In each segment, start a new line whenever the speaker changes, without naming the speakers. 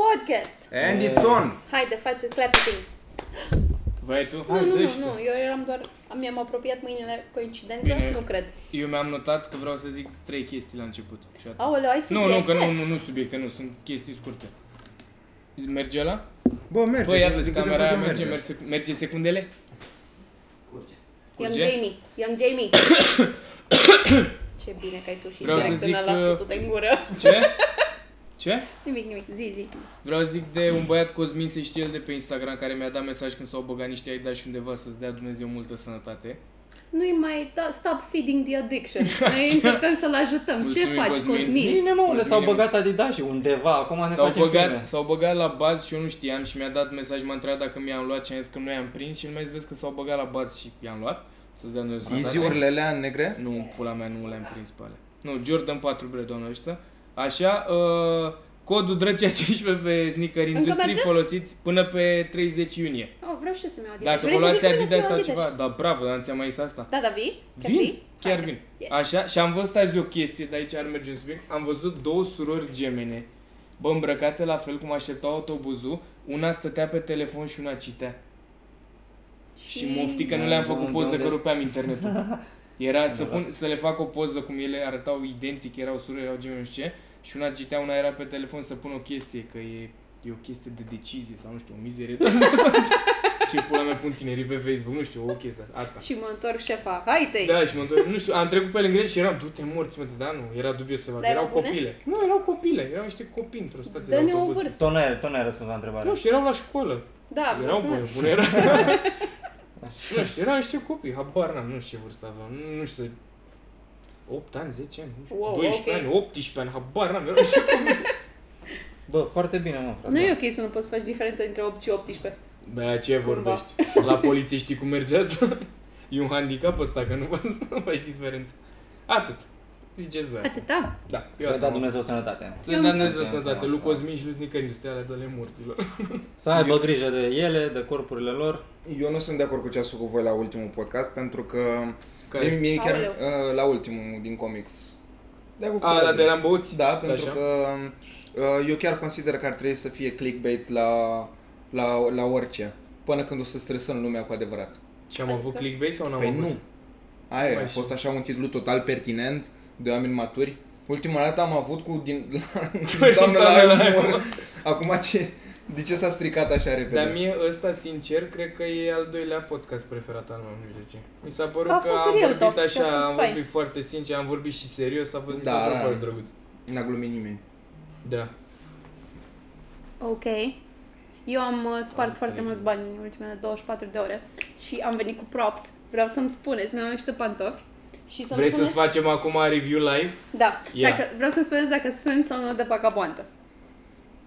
podcast!
And it's on!
Haide, faceți clapping!
Vai tu?
Nu,
Hai,
nu,
dă
nu,
și tu.
nu, eu eram doar... Mi-am apropiat mâinile coincidență?
Bine.
Nu cred.
Eu mi-am notat că vreau să zic trei chestii la început. Și atât.
Aoleu, ai
Nu,
subiecte?
nu, că nu, nu, nu subiecte, nu, sunt chestii scurte. Merge la?
Bă, merge.
Bă, ia
din
vezi,
câte
camera aia
văd eu
merge, merge, sec- merge secundele?
Young
Curge.
Jamie, Young Jamie. Ce bine că ai tu și
Vreau să
direct
zic
până la
că-
futul de gură.
Ce? Ce?
Nimic, nimic, zi, zi.
Vreau să zic de un băiat Cosmin se știe el de pe Instagram care mi-a dat mesaj când s-au băgat niște ai dat și undeva să-ți dea Dumnezeu multă sănătate.
Nu-i mai da, stop feeding the addiction. Noi încercăm să-l ajutăm. Ce
Mulțumim,
faci,
Cosmin.
Cosmin?
Bine, mă, unde
Mulțumim.
s-au băgat adidașii, undeva, acum ne
S-au
facem filme.
băgat, s-au băgat la baz și eu nu știam și mi-a dat mesaj, m-a întrebat dacă mi-am luat și am zis că nu i-am prins și el mi-a zis vezi că s-au băgat la baz și i-am luat. Să-ți dea Dumnezeu sănătate.
Iziurile alea negre?
Nu, pula mea, nu le-am prins pe alea. Nu, Jordan 4 bre, doamnă ăștia. Așa, uh, codul Drăcea 15 pe Sneaker Industry
merge?
folosiți până pe 30 iunie.
Oh, vreau și eu să-mi iau Adidas.
Dacă
Vrei
vă
să
luați
vii cu mine
Adidas
să-mi
sau
iau
ceva, da, bravo, dar nu ți-am mai zis asta.
Da, da, vii? Chiar
Vin,
vii?
chiar
Haide.
vin.
Yes.
Așa, și am văzut azi o chestie, de aici ar merge în subiect, am văzut două surori gemene, bă, îmbrăcate la fel cum așteptau autobuzul, una stătea pe telefon și una citea. Și mofti că nu le-am
Da,
făcut
da,
poză,
da.
că rupeam internetul. Era să, pun, să le fac o poză cum ele arătau identic, erau surori, erau gemene, nu știu ce, și una citea, una era pe telefon să pun o chestie, că e, e o chestie de decizie sau nu știu, o mizerie. ce pula mea pun tinerii pe Facebook, nu știu, o chestie, asta.
Și mă întorc șefa. Haide!
Da, și mă întorc. Nu știu, am trecut pe lângă ele și eram, du-te morți, mă, da, nu, era dubios să vadă,
Dar erau
erau
bune?
copile. Nu, erau copile, erau niște copii într-o stație
Dă-ne
de
o
autobuz.
vârstă.
Tu nu ai, tu nu ai răspuns la întrebare.
Nu știu, erau la școală.
Da,
erau bune,
mulțumesc.
bune erau. nu știu, erau niște copii, habar n-am, nu știu ce vârstă aveau, nu, nu știu, 8 ani, 10 ani, nu știu,
Wow,
12
ok.
ani, 18 ani, habar n-am, erau niște copii.
Bă, foarte bine, mă,
Da.
frate.
Nu e ok să nu poți să faci diferența între 8 și 18.
Bă, ce vorbești? La poliție știi cum merge asta? E un handicap ăsta, că nu poți să faci diferență. Atât. Ziceți voi.
Atâta?
Da,
Să le
atât
dea
am
Dumnezeu sănătate.
Să ne dea Dumnezeu
Asta e
sănătate,
asta.
lui Cosmin și lui Snicker Industriale, dă-le morților.
Să aibă grijă de ele, de corpurile lor.
Eu nu sunt de acord cu ce a spus cu voi la ultimul podcast, pentru că... Mie,
Care?
mie chiar
Aoleu.
uh, la ultimul din comics. De cu
A, la de eram băuți?
Da, pentru
Așa.
că uh, eu chiar consider că ar trebui să fie clickbait la, la, la orice. Până când o să stresăm lumea cu adevărat.
Și am
Adică-
avut clickbait sau n-am
Păi
avut?
nu. Aia
Mai
a
și-
fost așa un titlu total pertinent de oameni maturi. Ultima dată am avut cu din la,
Păi,
doamna la
Doamna la
Aimor. Acum ce, de ce s-a stricat așa repede?
Dar mie ăsta, sincer, cred că e al doilea podcast preferat al meu, nu știu de ce. Mi s-a părut
A
că
fost
am
real
vorbit
talk și a
așa,
fost
am
fain.
vorbit foarte sincer, am vorbit și serios, a fost, mi
Da,
s-a părut
da.
foarte drăguț.
N-a glumit nimeni.
Da.
Ok. Eu am uh, spart
Azi,
foarte
trei.
mulți bani în ultimele 24 de ore și am venit cu props. Vreau să-mi spuneți, mi-am luat niște pantofi și să-mi
Vrei
spuneți...
să-ți facem acum review live?
Da,
Ia.
dacă, vreau să-mi spuneți dacă sunt sau nu de vagabondă.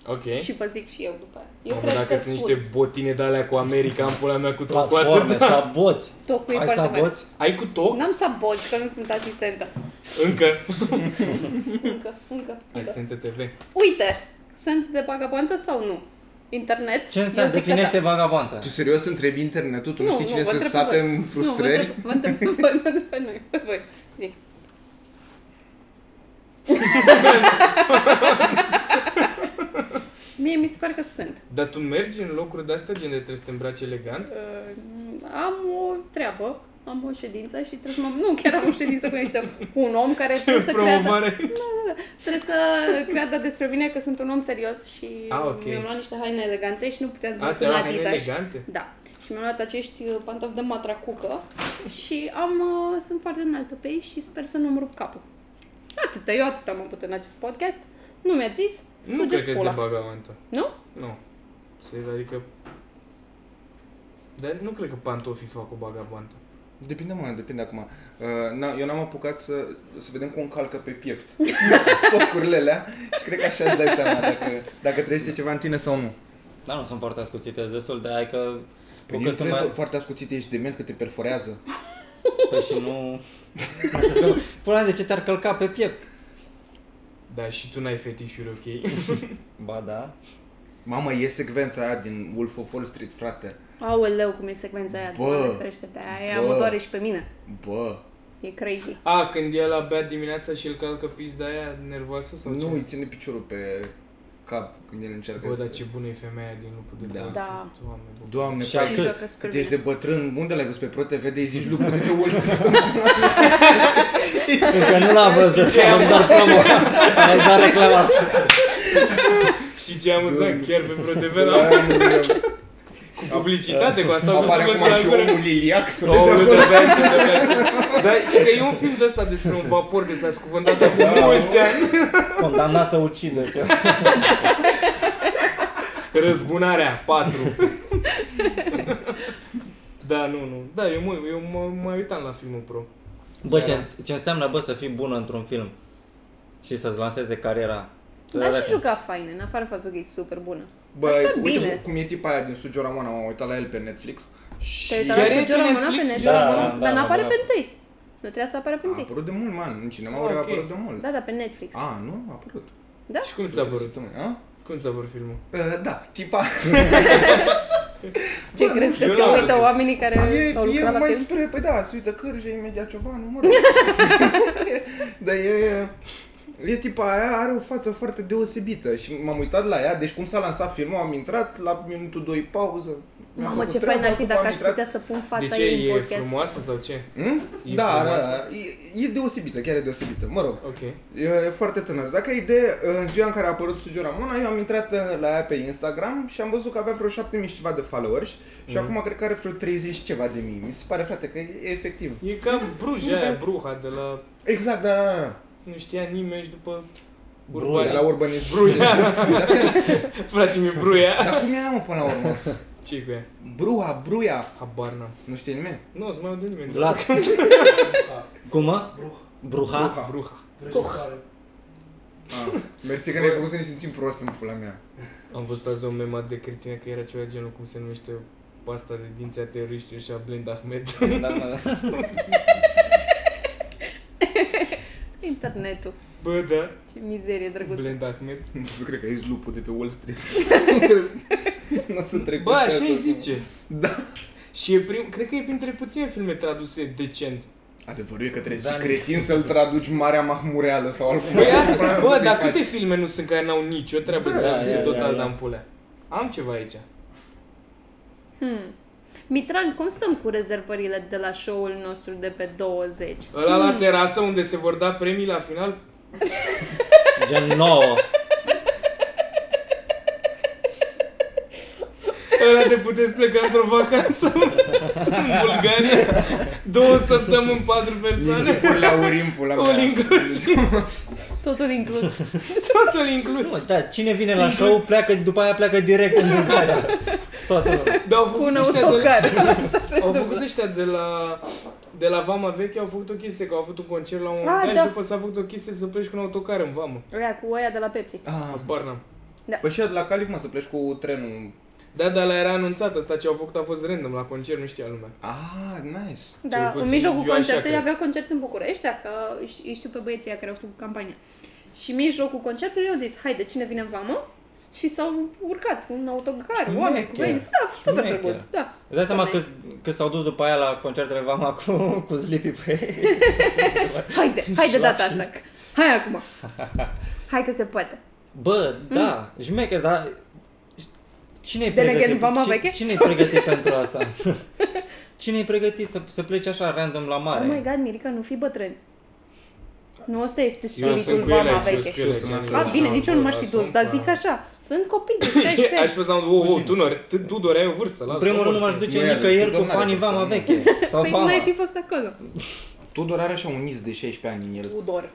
Ok.
Și vă zic și eu după aia. Eu
Mamă,
cred
dacă
că
sunt niște botine de alea cu America, am pula mea cu tot cu
Platforme,
atât. da.
saboți.
Toc cu ei
Ai
foarte mare.
saboți?
Ai cu toc?
N-am saboți, că nu sunt asistentă.
Încă.
Încă, încă,
Ai
încă.
sunt TV.
Uite, sunt de vagabondă sau nu? Internet?
Ce
Eu
înseamnă
zic că
definește
da.
vagabondă?
Tu serios întrebi internetul? Tu nu, știi cine
vă
să
întreb pe
sape
voi.
în frustrări?
Nu, vă întreb, vă întreb pe voi, mă întreb pe noi, pe voi. Zic. Mie mi se pare că sunt.
Dar tu mergi în locuri de astea, gen de trebuie să te îmbraci elegant?
Uh, am o treabă, am o ședință și trebuie să mă... Nu, chiar am o ședință cu niște... cu un om care trebuie să creadă... Da,
promovare?
Trebuie să creadă despre mine că sunt un om serios și
Ah, ok.
mi-am luat niște haine elegante și nu puteam
A,
zbătuna
ți-au luat haine
Adidas.
elegante?
Da. Și mi-am luat acești uh, pantofi de matracucă și am, uh, sunt foarte înaltă pe ei și sper să nu-mi rup capul. Atâta, eu atât am avut în acest podcast. Nu mi-a zis,
Nu cred
sugeți
că de
pula.
bagamantă.
Nu?
Nu. Se, adică... Dar nu cred că pantofii fac o bagabantă.
Depinde, mă, depinde acum. Uh, na, eu n-am apucat să, să vedem cum calcă pe piept tocurile alea și cred că așa îți dai seama dacă, dacă trăiește ceva în tine sau nu.
Da, nu sunt foarte ascuțite, sunt destul de ai că...
Păi
cu
eu
cât sunt
cred
mai...
mai... foarte ascuțit ești dement că te perforează.
Păi și nu... Hai să spun, Pula de ce te-ar călca pe piept?
Da, și tu n-ai fetișuri, ok?
Ba da.
Mamă, e secvența aia din Wolf of Wall Street, frate.
Aoleu, cum e secvența aia,
Bă.
Doamne ferește, de aia
Bă.
mă doare și pe mine.
Bă,
E crazy.
A, când el abia dimineața și îl calcă pizda aia nervoasă sau
nu
ce?
îi ține piciorul pe cap când el încearcă
Bă,
să-
dar ce bună e femeia din lupul de
Da.
dragoste.
Da.
Doamne, bă.
Doamne,
Și
pai,
ai
cât,
joacă super
cât ești de
bine.
bătrân, unde l-ai văzut pe Pro TV de zici lucruri de pe Wall Street?
Încă nu l-am văzut, am doar promo. Am doar reclamat.
Și ce amuzant, chiar pe ProTV
Da,
la
nu,
cu publicitate, cu asta cu
Apare
săpătura
acum
la
și
gură.
omul Liliac să
Oh,
vezi
nu
acolo.
trebuia să Dar și că e un film de ăsta despre un vapor că s-a scuvântat acum
Da.
mulți ani.
Condamnat să ucidă. ceva.
Răzbunarea 4. Da, nu, nu. Da, eu, mă, eu mă, mai uitam la filmul pro.
Bă, ce, ce înseamnă, bă, să fii bună într-un film și să-ți lanseze cariera? Să
Dar Da, și
arate.
juca faine, în afară faptul că e super bună.
Bă,
Arată
uite
bine.
cum e tipa aia din Sugiura Moana, m-am uitat la el pe Netflix și...
Te-ai uitat
Chiar
la
e pe
Fugiu Română pe
Netflix?
Netflix?
Da, da, da,
Dar
da,
n-apare
da.
pe întâi. Nu trebuie să apară pe
A
întâi.
apărut de mult, man, în cinema
Ah,
ori a
ok.
apărut de mult.
Da, da, pe Netflix.
A, nu, a apărut.
Da?
Și cum ți-a părut?
A?
Cum ți-a părut filmul?
Uh, Da, tipa...
Ce
Bă,
crezi
nu
că
știu,
se
eu n-am
uită
văzut.
oamenii care
E,
au
e
lucrat la
mai
film?
spre, păi da, se uită cărge, imediat ciobanul, mă rog. Dar e, e tipa aia, are o față foarte deosebită și m-am uitat la ea, deci cum s-a lansat filmul, am intrat la minutul 2 pauză. mi-am
Mamă,
făcut
ce
treaba,
fain ar fi
după
dacă
am
aș
intrat-
putea să pun
De
fața
ce?
ei
E
în podcast.
frumoasă sau ce?
Hmm?
E
Da, da,
frumoasă?
da, e, e deosebită, chiar e deosebită, mă rog.
Ok.
E, e foarte tânăr. Dacă e de în ziua în care a apărut Sugiu Ramona, eu am intrat uh, la ea pe Instagram și am văzut că avea vreo 7000 și ceva de followers și
Mm.
acum cred că are vreo 30 și ceva de mii. Mi se pare, frate, că e, e efectiv.
E ca Bruja
da.
aia, Bruha, de la...
Exact, da, da, da.
Nu știa nimeni și după...
De la
Urbanist.
urbanist.
Bruia. Frate, mi-e Bruia.
Dar cum e aia, mă, până la urmă?
ce cu ea?
Bruha, bruia.
Habar n-am.
Nu știe nimeni?
Nu, o să mai aud de nimeni.
Vlad. Cum, mă? Bruha.
Bruha.
Bruha.
Ah, mersi că ne-ai făcut să ne simțim prost în pula mea.
Am văzut azi o memă de cretină că era ceva genul cum se numește pasta de dinți a teroriștilor și a Blend Ahmed.
Da, mă, da.
Internetul.
Bă, da.
Ce mizerie drăguță.
Blend Ahmed.
Nu cred că ești lupul de pe Wall Street. nu o să trec
Bă,
peste
așa
asta.
îi zice.
Da.
Și e prim, cred că e printre puține filme traduse decent.
Adevărul e că trebuie să
Da,
fii
nu
cretin să-l traduci Marea Mahmureală sau altcum.
Băi, Păi asta,
Până
bă,
să-i
dar
faci.
câte filme nu sunt care n-au nicio treabă să
Da,
traduse
ia, ia,
total
ia.
de pulea. Am ceva aici.
Hmm. Mitran, cum stăm cu rezervările de la show-ul nostru de pe 20?
Ăla la terasă unde se vor da premii la final?
Gen nouă.
Ăla de puteți pleca într-o vacanță în Bulgaria. Două săptămâni, patru
Nici
persoane.
pur la urim, pula mea. Deci-
All inclusiv.
Totul inclus.
Tot să-l inclus.
Nu, da, cine vine la show, pleacă, după aia pleacă direct în Bulgaria. Toată lumea.
Dar au
Cu
făcut,
un
ăștia de la,
autocar. Asta se
au făcut
întâmplă.
ăștia de la, de la Vama Veche, au făcut o chestie, că au avut un concert la un
Ah,
moment dat
da.
și după s-a făcut o chestie să pleci cu un autocar în Vamă.
Aia cu oia de la Pepsi.
Ah,
Habar n-am.
Păi și eu de la Calif, mă, să pleci cu trenul.
Da, dar la era anunțat, asta ce au făcut a fost random la concert, nu știa lumea.
Ah, nice.
Da,
puțin
în mijlocul
eu așa
concertului
cred.
aveau concert în București, dacă îi- îi știu pe băieții ăia care au făcut campania. Și în mijlocul concertului au zis, haide, cine vine în vamă? Și s-au urcat cu un autocar,
Șmecher.
oameni cu băieți. Da, super
Șmecher.
drăguț, da.
Îți dai seama
Super
cât, cât s-au dus după aia la concertele Vama cu, cu Sleepy pe ei.
nice. Haide, haide data asta. Hai acum. Hai că se poate.
Bă, da, mm. șmecher, dar cine-i
De
pregătit?
legend vama
ci-
veche?
Cine-i pregătit pentru asta? Cine-i pregătit să, să plece așa random la mare?
Oh my god, Mirica, nu fi bătrân. Nu, asta este
Eu sunt
spiritul
cu ele,
vama
aici, eu sunt
veche.
Și eu sunt
cu ele. aici.
la fel.
A, bine, nici eu nu m-aș fi
Sunt
dus, dar
cu-
zic așa, sunt copii de 16
Aș
ani.
fi zis, wow, wow, tu, nu, are- tu, tu doreai o vârstă, lasă
În primul rând nu m-aș
Nu
duce
e,
nicăieri
tu
cu
doamna
fanii
de vârstă,
Vama
nu.
veche. Sau
Păi cum
Vama.
ai fi fost acolo?
Tudor are așa un iz de 16 ani în el.
Tudor.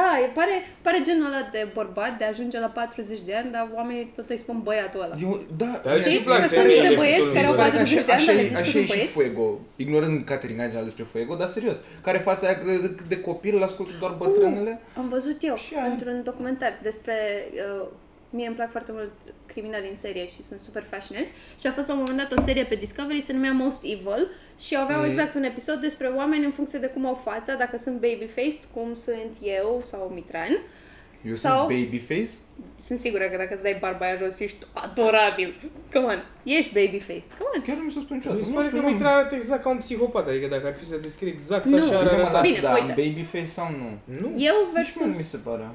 Da, e, pare, pare genul ăla de bărbat, de a ajunge la 40 de ani, dar oamenii tot îi spun băiatul ăla.
Eu, da, Exact.
Dar
Știi?
și plac
Că sunt
seriile Exact.
niște
cu
băieți
Tudor
care au
Mihail.
40 de ani, dar le zici că
așa e
sunt
și
băieți.
Fuego, ignorând Cateringa în general despre Fuego, dar serios, care fața aia de, de copil, îl ascultă
Uh,
doar bătrânele.
Mm, Am văzut eu
Și aia.
într-un documentar despre... Uh, mie îmi plac foarte mult criminali în serie și sunt super fascinanți și a fost la un moment dat o serie pe Discovery se numea Most Evil și aveau mm. exact un episod despre oameni în funcție de cum au fața, dacă sunt baby-faced, cum sunt eu sau Mitran.
Eu sunt
Sau-
babyface?
Sunt sigură că dacă îți dai barba aia jos, ești adorabil. Come on, ești baby-faced. Come on.
Chiar nu mi s-a spus niciodată.
Mi se pare că
știu,
mi
n-am-
arată exact ca un psihopat, adică dacă ar fi să descrie exact
Nu.
așa ar
Bine, mă,
arăta.
las,
Bine,
da,
uite.
babyface sau nu?
Nu?
Eu
Nici mie nu mi
versus
se pare.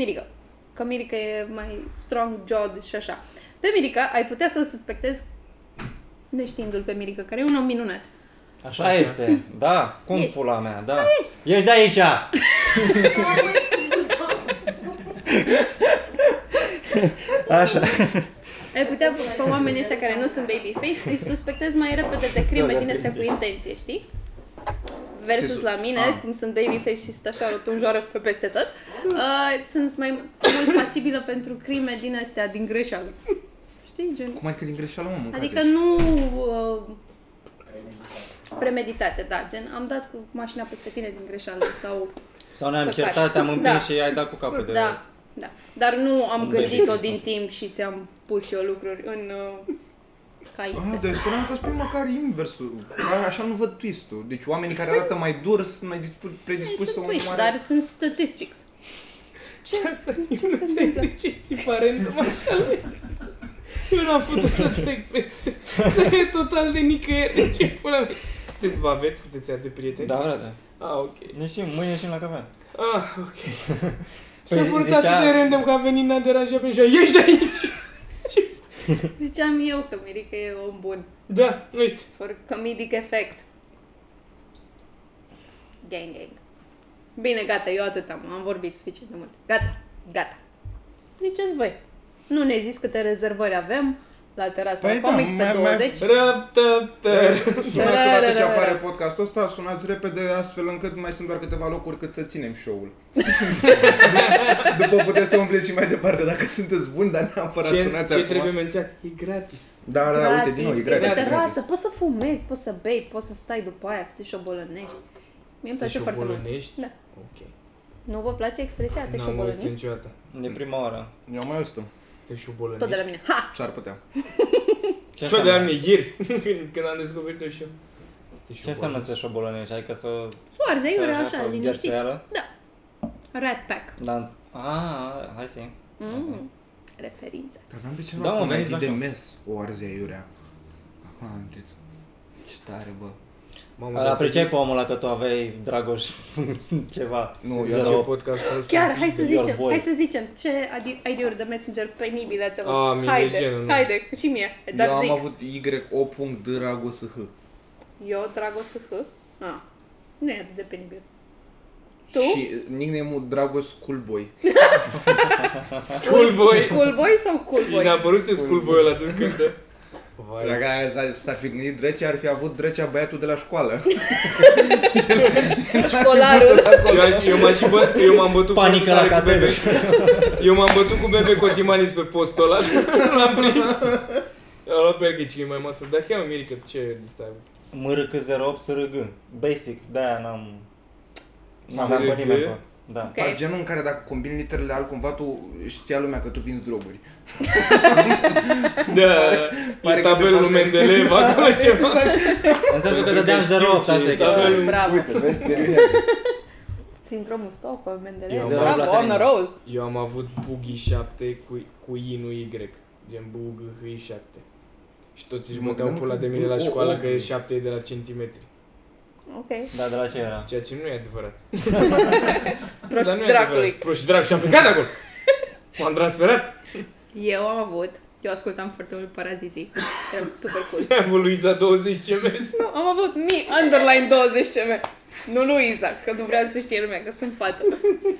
Mirica. că Mirica e mai strong-jawed și așa. Pe Mirica ai putea să-l suspectezi neștiindu-l pe Mirica, care e un om minunat.
Așa, este, da, cum
Ești. Da,
pula mea, da. Ești. Ești de aici! Așa.
Ai putea pe oamenii ăștia care nu sunt babyface să-i suspectezi mai repede de crime din astea cu intenție, știi? Versus la mine,
Ah.
cum sunt babyface și sunt așa rotunjoară pe peste tot, uh, sunt mai mult pasibilă pentru crime din astea, din greșeală. Știi, gen...
Cum adică din greșeală, mă, mâncați?
Adică nu uh, premeditate, da, gen am dat cu mașina peste tine din greșeală sau...
Sau ne-am
Să
certat,
faci.
te-am
Da.
împins și ai dat cu capul de
Da, da. Dar nu am
Un
gândit-o
baby.
din timp și ți-am pus eu lucruri în uh,
Ah,
caise.
dar eu spuneam că spui măcar inversul. A- Așa nu văd twist-ul. Deci oamenii care arată mai dur sunt mai dispu- predispuși să
Sunt
o
twist,
omoare.
dar sunt statistics.
Ce asta? Ce
se întâmplă?
De ce ți pare random așa lui? Eu n-am putut să trec peste. E total de nicăieri. De ce pula mea? Sunteți baveți? Sunteți atât de prieteni?
Da, frate.
Ah, ok.
Ne ieșim, mâine ieșim la cafea.
Ah, ok.
Păi
S-a
zi-
părut
zicea-
atât de random că a venit, n-a deranjat pe nimeni și a, Ieși de aici!
Ziceam eu că Mirica e om bun.
Da, uite.
For comedic effect. Gang, gang. Bine, gata, eu atât am, am vorbit suficient de mult. Gata, gata. Ziceți voi. Nu ne zis câte rezervări avem la terasa
Păi
păi
da,
Comics
mai-
pe
mai-
20.
Răp, tăp, tăr.
Sunați odată
Da,
ce
da, da,
deci apare
da.
podcastul ăsta, sunați repede astfel încât mai sunt doar câteva locuri cât să ținem show-ul. După puteți să umpleți și mai departe dacă sunteți buni, dar
Da,
neapărat
Ce,
sunați
ce
acum.
trebuie menționat? E gratis.
Da, da, da, uite, din nou, e
pe
gratis.
terasă, poți să fumezi, poți să bei, poți să stai după aia, să te șobolănești. Mie îmi place foarte mult.
șobolănești?
Da.
Ok.
Nu vă place expresia? Te
N-am auzit
șobolănești?
niciodată.
E prima oară.
Eu mai auzit
Să te
Tot de la
șobolănești.
mine. Ha!
S-ar putea.
Ce
Tot de la
înseamnă?
mine, ieri, când, când am descoperit-o și eu. Să te
Ce înseamnă să te
șobolănești.
șobolănești? Adică să...
Soarze,
să
iurea
faci
așa,
o
liniștit.
gherțoială?
Rat Pack.
Da. A, hai să
Mm. Referință.
Aveam pe
Da,
cineva
mă,
da,
veniți
exact
comedii de
la show.
mes o arzea iurea. Acum am amintit. Ce tare, bă.
Mamă,
Îl
dar să
apreciai
zic-
pe omul ăla că tu aveai Dragoș ceva.
Nu, eu
Să
zero.
zicem podcastul ăsta.
Chiar, hai să
Your
zicem,
boy.
hai să zicem, ce adi- ID-uri de messenger penibile ați avut.
Ah, mie e
haide,
genul, nu.
haide, și mie, dar
Eu am
zic.
avut Y.O.D.R.A.G.O.S.H.
Eu, Dragos H. Ah, nu e atât de penibil. Tu?
Și nickname-ul Dragos Coolboy.
Schoolboy!
Schoolboy sau
Și ne-a
coolboy?
părut să schoolboy ăla atunci cântă. Vai,
Dacă s-ar- s-ar fi gândit Drăcea, ar fi avut Drăcea băiatul de la școală.
Școlarul.
eu, aș, eu, m-aș și bă, eu m-am bătut
Panică
foarte tare cu
la
bebe. Eu m-am bătut cu bebe Cotimanis pe postul ăla Nu l-am prins L-a luat pe el că e cel mai matur Dar chiar Mirica, tu ce listă ai avut?
MRC08 SRG. Basic, de-aia n-am... N-am
SRG?
pe nimeni pe. Da.
Ok.
Okay. Genul în care dacă combini literele altcumva, tu știa lumea că tu vinzi droguri.
Da,
pare
e
că
tabelul
de fapt-
Mendeleev acolo ceva
În sensul că
Pentru
dădeam
că Păi, știu
08,
ce
asta
e,
e
da.
chestia.
Tabelul-
Bravo.
vezi,
Sindromul Stockholm, Mendeleev.
Eu am
Bravo,
avut la
on a roll.
Eu am avut Buggy 7 cu, cu I, nu Y Gen Buggy 7 Și toți își
Mă
măteau
gândeam
pula
că
de mine la
bu- o-
școală
o-
că 7 e de la centimetri
Ok.
Da, de la ce era?
Ceea ce nu e adevărat
Proști
Dar nu e
dracului.
adevărat. Proști dracu și am plecat de acolo. M-am transferat.
Eu am avut, eu ascultam foarte mult Paraziții. Eram super cool.
Am avut Luiza 20 CMS.
Nu, am avut mi underline 20 cm. Nu Luiza, că nu vreau să știe lumea că sunt fată.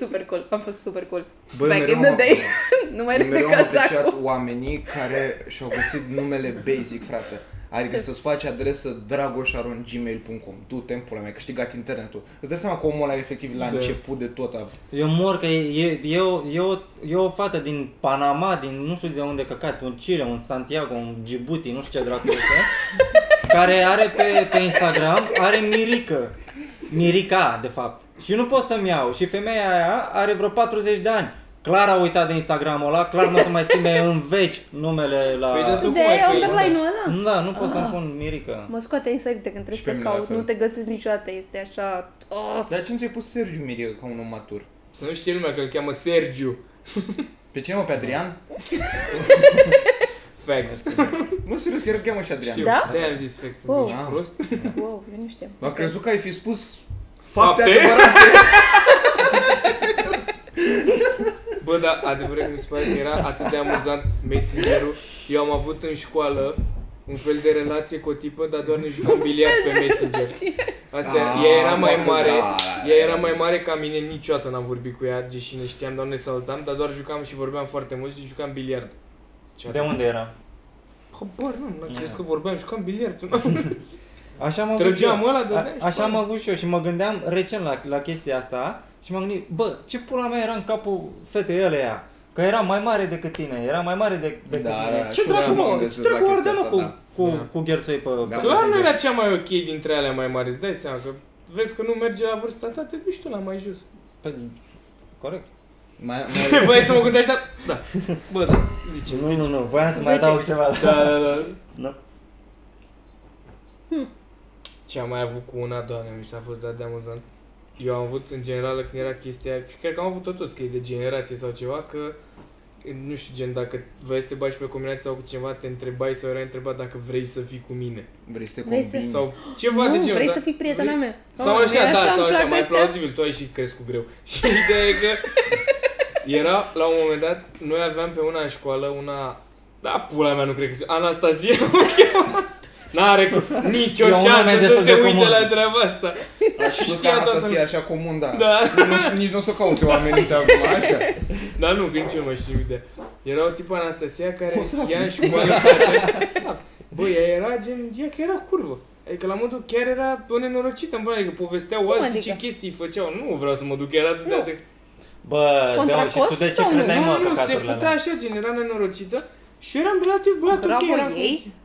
Super cool, am fost super cool.
Bă,
Back
mereu
in the
am-
day. exact nu mai râd de
Mereu am apreciat
cazacul.
oamenii care și-au găsit numele basic, frate. Adică să-ți faci adresă dragoșarongmail.com Du-te în pula mea, câștigat internetul. Îți dai seama că omul ăla efectiv la
Da.
început de tot a...
Eu mor că e, e, e, o, e, o, e o fată din Panama, din nu știu de unde căcat, un Chile, un Santiago, un Djibouti, nu știu ce dracu este, care are pe, pe Instagram, are Mirica. Mirica, de fapt. Și nu pot să-mi iau. Și femeia aia are vreo 40 de ani. Clar a uitat de Instagramul ăla, clar nu o să mai schimbe în veci numele la...
Păi de tu cum ai
De
pe Insta?
underline-ul ăla?
Da, nu pot
Ah.
să-mi pun Mirica.
Mă scoate în sărite când trebuie
Și pe
să te
mine la
caut,
fel.
nu te găsesc niciodată, este așa... Oh.
Da.
Dar ce nu ți-ai pus Sergiu Mirica ca un om matur?
Să nu știe lumea că îl cheamă Sergiu.
Pe cine mă, pe Adrian?
Da.
Facts.
Nu, serios, chiar îl cheamă și Adrian.
Știu,
Da?
de-aia am zis facts.
Wow.
Wow. Ești prost?
Wow, eu nu știam.
Am crezut că ai fi spus fapte
Fapte?
adevărate.
Bă, dar adevărul e că mi se pare că era atât de amuzant messengerul. Eu am avut în școală un fel de relație cu o tipă, dar doar ne jucam biliard pe messenger. Asta era, ea era
Ah,
mai
toată-
mare,
da.
ea era mai mare ca mine, niciodată n-am vorbit cu ea, deși ne știam, dar nu ne saltam, dar doar jucam și vorbeam foarte mult și jucam biliard. Ce
De unde era?
Habar nu, n-am
Ia.
crezut că vorbeam, jucam biliard, nu?
Așa am avut
Trăgeam
și eu.
ăla, dădeam și
A, așa
pe
am
ăla.
avut și eu și mă gândeam recent la, la chestia asta și m-am gândit, bă, ce pula mea era în capul fetei ăleia? Că era mai mare decât tine, era mai mare de, decât
Da,
mine.
da,
ce
și eu
dracu,
m-am
mă,
gândit
ce
la
dracu
chestia
ardea, mă,
asta,
cu,
da.
cu,
Da.
cu gherțoi pe...
Da.
pe-
Clar nu era cea mai ok dintre alea mai mari, îți dai seama că vezi că nu merge la vârsta ta, te duci tu la mai jos.
Păi, corect.
Mai,
Băi, să mă gândești, dar... Da. Bă, da, zice,
Nu,
zice.
nu, nu, voiam să mai
Zice.
adaug ceva.
Da, da, da.
Da.
Ce am mai avut cu una, doamne, mi s-a fost dat de amuzant. Eu am avut în general când era chestia, și cred că am avut tot toți, că e de generație sau ceva, că nu știu, gen, dacă vrei să te bagi pe combinație sau cu ceva, te întrebai sau erai întrebat dacă vrei să fii cu mine.
Vrei să te
Vrei să-
combini?
Sau ceva de
nu,
genul,
vrei
da?
să fii prietena
Vrei-
mea.
Sau
Oh, mie
așa, da, sau
îmi
așa,
plac
mai
astea.
plauzibil, tu ai și crescut greu. Și ideea e că era, la un moment dat, noi aveam pe una în școală, una, da, pula mea, nu cred că se... Anastasia o chema. N-are cu, nicio
E un nume
șansă să
destul
se
de
uite
comun.
la treaba asta.
și
știa
știa
toată
asta să fie așa comun, da.
Da.
Nu, nici nu o să caute oamenii ăștia acum, așa.
Dar nu, că nici eu nu mai știu de Era o tipă Anastasia care
O să afli.
ea în școală fratele, slab. Bă, ea era gen, ea că era curvă. Adică la modul chiar era o nenorocită, în plan, adică povesteau alții
adică?
ce chestii făceau. Nu vreau să mă duc chiar atât de
Nu.
atât.
Bă,
Contra
Deo, și tu de
cost
ce
sau nu?
credeai,
Nu,
mă,
nu, nu, se
căcaturile
futa
alea?
așa, gen, era nenorocită. Și eu eram relativ băiat
Bravo
ok, eram
ei.
cu-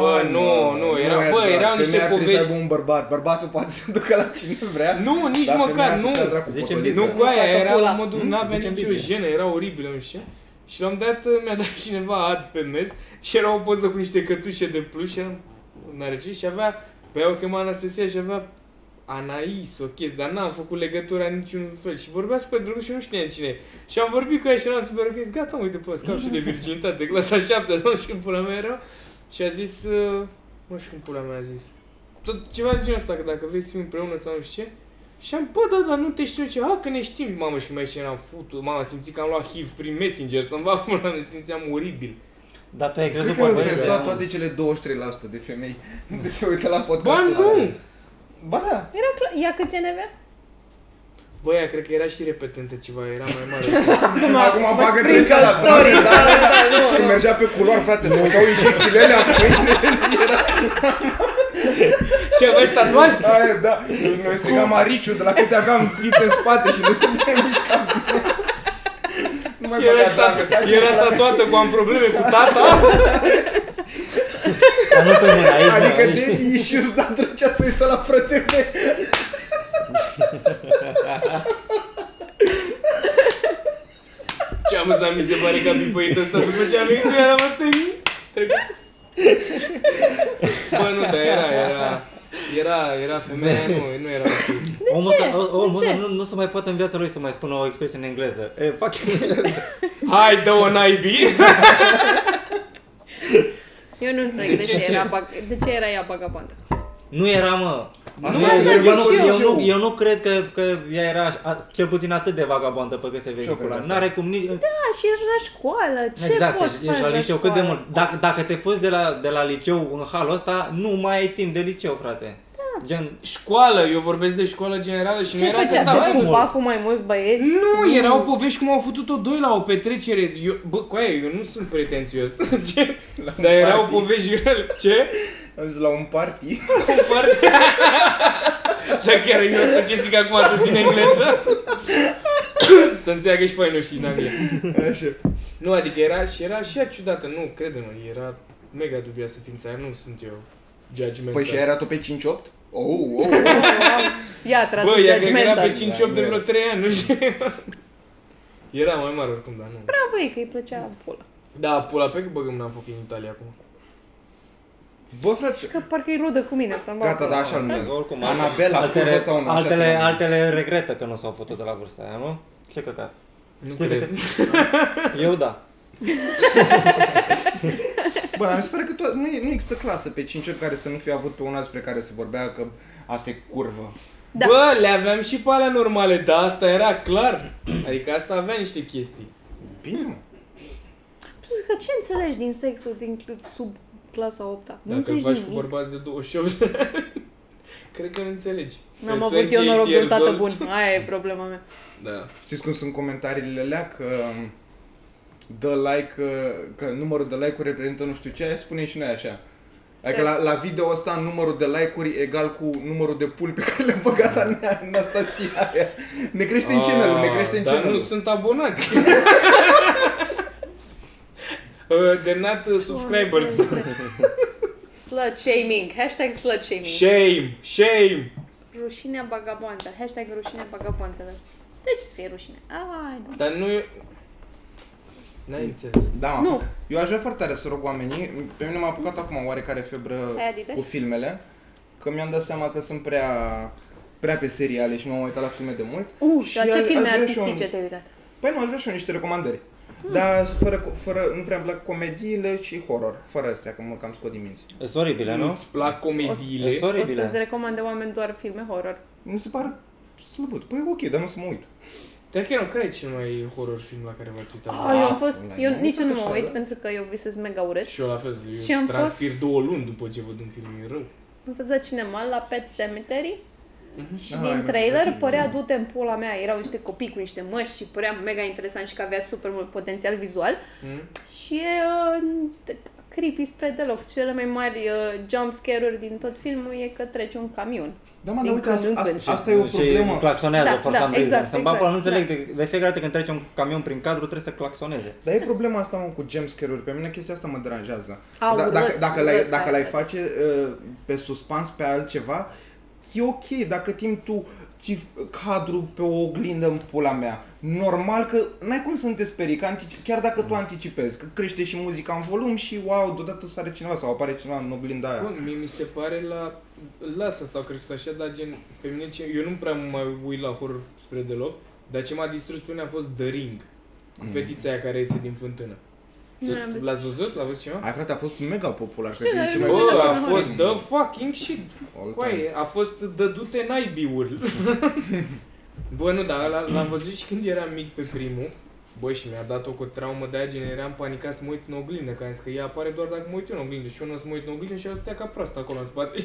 Bă, nu, nu, era- bă,
adevărat.
erau niște
Femeia ar trebui
povești.
să aibă un bărbat. Bărbatul poate să ducă la cine vrea.
Nu, nici
dar femeia
măcar,
să stea
nu.
dracu pe
Zice
colină.
Nu,
Nu,
cu aia
toată
era
pula.
la modul,
Hmm?
n-avea
Zicem
nicio
Biblie.
jenă, era oribilă, nu știu ce. Și la un moment dat uh, mi-a dat cineva ad pe mes și era o poză cu niște cătușe de pluș și eram n-are ce și avea, pe ea o chema Anastasia și avea Anais, o chestie, dar n-am făcut legătura în niciun fel și vorbea super drăguț și nu știam cine e. Și am vorbit cu ea și eram super ok, zic, gata, mă, uite, pe scap și de virginitate, clasa 7 sau nu știu cum pula mea era. Și a zis, uh, nu știu cum pula mea a zis, tot ceva de genul ăsta, că dacă vrei să fim împreună sau nu știu ce, și am, bă, da, da, nu te știu ce, ha, că ne știm, mamă, și când mai eram futu, mamă, simțit că am luat HIV prin Messenger, să-mi va pula, mea, simțeam oribil.
Dar tu ai crezut
Cred că
bă,
vreau să
că-
toate cele 23% de femei de se uită la
Ba,
podcastul
nu!
Ba da.
Era clar. Ea câți ani avea?
Băia, cred că era și repetentă ceva, era mai mare.
Acum
mă
bagă
sprinkle
trecea la
stories,
stories,
da, da, da, nu,
Când
nu.
mergea pe culoar, frate, se făceau injecțiile alea în mâine și era...
și aveai tatuaj?
Aia, da. Noi strigam Ariciu de la câte aveam fit în spate și nu se putea mișca bine. Nu mai da,
Și era,
băga
și
dragă,
tatu-
taci-mă
era
la-
tatuată cu am probleme cu tata.
Dar nu pe mine, aici,
Adică
aici.
de issues, dar trecea să uită la frățele.
Ce amuzat mi se pare că am pipăit ăsta după ce am venit, eu eram atâi trecut. Bă, nu, dar era, era, era, era femeia, nu, nu era ok.
Omul
ce?
ăsta, o-
De
omul ăsta
ce?
nu, nu se mai poate în viața lui să mai spună o expresie în engleză. E, fuck
Hai, dă-o naibii!
Eu nu înțeleg
De
de,
ce-
ce,
ce?
era bag- de ce era ea vagabondă.
Nu era, mă.
Asta
Nu,
e
eu,
zic
nu-
și eu.
eu, nu, eu nu cred că, că ea era așa- a- cel puțin atât de vagabondă pe că se
cred
vehicula.
asta.
N-are cum nici...
Da, și ești la școală. Ce
exact,
poți
ești
faci
la liceu cât de
școală?
mult. Dacă, dacă te fuzi de la, de la liceu în halul ăsta, nu mai ai timp de liceu, frate. Da. Gen,
Școală, eu vorbesc de școală generală și nu
Ce
era că
făcea?
s-a-
mai
Se pupa
mult.
cu mai mulți băieți?
Nu, erau povești cum au făcut-o doi la o petrecere. Eu, bă, cu aia, eu nu sunt pretențios. Ce? Dar erau
party.
povești grele. Ce?
Am zis la un party.
Comparte. Dar chiar eu tot ce zic acum tu în engleză. Să înțeleagă și fainul și în anglă.
Așa.
Nu, adică era și era și ea ciudată. Nu, crede-mă, era mega dubioasă ființa aia. Nu sunt eu judgmental.
Păi și ai erat-o pe 5-8? Oh, oh, oh.
Ia, trată
Bă, ea cred că era pe
judgmental.
5 de
Da,
vreo
da.
3 ani, nu știu. Era mai mare oricum, dar nu.
Bravo ei că îi plăcea pula.
Da, pula pe că băgăm n-am făcut în Italia acum.
Bă, frate,
Că parcă e rudă cu mine să-mi bag
gata,
pula.
da, așa nu
că oricum,
Anabela, curvă sau nu, așa
altele,
se numește.
altele regretă că nu s-au făcut de la vârsta aia, nu? Ce căcat.
Nu cred.
Eu da.
Bă, dar mi se pare că to- nu, e- nu există clasă pe 5 care să nu fie avut pe una despre care se vorbea că asta e curvă.
Da.
Bă, le aveam și pe alea normale, dar asta era clar. Adică asta avea niște chestii.
Bine, mă.
Plus că ce înțelegi din sexul din cl- sub clasa 8 Nu
Dacă îl
înțelegi
faci cu
nimic.
bărbați de 28, cred că nu înțelegi.
N-am
Pe
avut eu
28
noroc de un
years
tată
old.
bun. Aia e problema mea.
Da.
Știți cum sunt comentariile alea că um, dă like, uh, că numărul de like-uri reprezintă nu știu ce, spune și noi așa. Adică
Ce?
la, la video ăsta numărul de like-uri egal cu numărul de puli pe care le-a băgat
Ah.
Ana- Anastasia aia. Ne crește în channel ne crește în
Dar
channel
nu sunt abonați. Uh, They're not uh, subscribers.
Slut shaming. Hashtag slut shaming.
Shame, shame.
Rușinea bagaboantă. Hashtag rușinea bagaboantă. Deci să fie rușine. Ai, da.
Dar nu e... N-ai înțeles.
Da, mă.
Nu.
Eu aș vrea foarte tare să rog oamenii, pe mine m-a apucat acum oarecare febră
Ai Adidas?
cu filmele, că mi-am dat seama că sunt prea prea pe seriale și nu m-am uitat la filme de mult.
Uh,
Și
la
aș-
ce
aș
filme
vrea și eu
artistice
un-
te-ai uitat?
Păi nu, aș vrea și eu niște recomandări. Dar fără, fără, nu prea îmi plac comediile și horror. Fără astea, că mă cam scot din minți.
Sunt oribile, nu?
Nu-ți plac comediile.
Sunt
O să-ți
oribile.
recomand de oameni doar filme horror.
Mi se pare slăbut. Păi ok, dar nu să mă uit.
Dar chiar nu cred cel mai horror film la care v-ați uitat.
Ah, eu am fost,
la
eu
mine
nici eu nu mă
tot așa,
uit
da.
pentru că eu visez mega urât.
Și eu la fel,
Și
eu
am
transpir două luni după ce văd un film, e rău.
Am fost la cinema, la Pet Cemetery și
Ah, ai
din
mai
trailer
văzut,
părea du-te în pula mea, erau niște copii cu niște măști și părea mega interesant și că avea super mult potențial vizual
Mm?
Mhm.
și e uh, d- creepy spre deloc. Cele mai mari uh, jump scare-uri din tot filmul e că trece un camion.
Da, mă,
Din
dar uite,
când
asta,
în când.
asta, asta e o problemă.
Și Deci, claxonează
Da,
for
da,
some reason.
exact,
Să-mi bapă,
exact,
nu înțeleg, de, de fiecare dată când trece un camion prin cadru trebuie să claxoneze.
Dar e problema asta, mă, cu jumpscare-uri. Pe mine chestia asta mă deranjează.
A,
Da-
urăsc,
dacă, dacă, l-ai,
urăsc,
dacă
hai,
l-ai
hai.
face uh, pe suspans, pe altceva, e ok. Dacă timp tu ți cadru pe o oglindă în pula mea, normal că n-ai cum să nu te sperii, că antici- chiar dacă tu anticipezi, că crește și muzica în volum și, wow, deodată sare cineva sau apare cineva în oglinda
Da.
aia.
Bun, mie mi se pare la... Lasă, s-au crescut așa, dar gen... Pe mine ce... Eu nu prea mă mai uit la horror spre deloc, dar ce m-a distrus pe mine a fost The Ring. Cu fetița aia care iese din fântână.
Mm. Nu l-am văzut.
L-ați văzut? L-a văzut cineva?
Ai frate, a fost mega popular.
Știu, dar eu nu mă uit
Bă,
la
a
film
fost the fucking shit.
All
Coaie, Păi, a fost the du-te naibiul. Bă, nu, dar ăla l-am văzut și când eram mic pe primul. Bă, și mi-a dat-o cu traumă de aia, gen, eram panicat să mă uit în oglindă, că am zis că ea apare doar dacă mă uit eu în oglindă și eu nu o să mă uit în oglindă și eu stea ca proastă acolo în spate.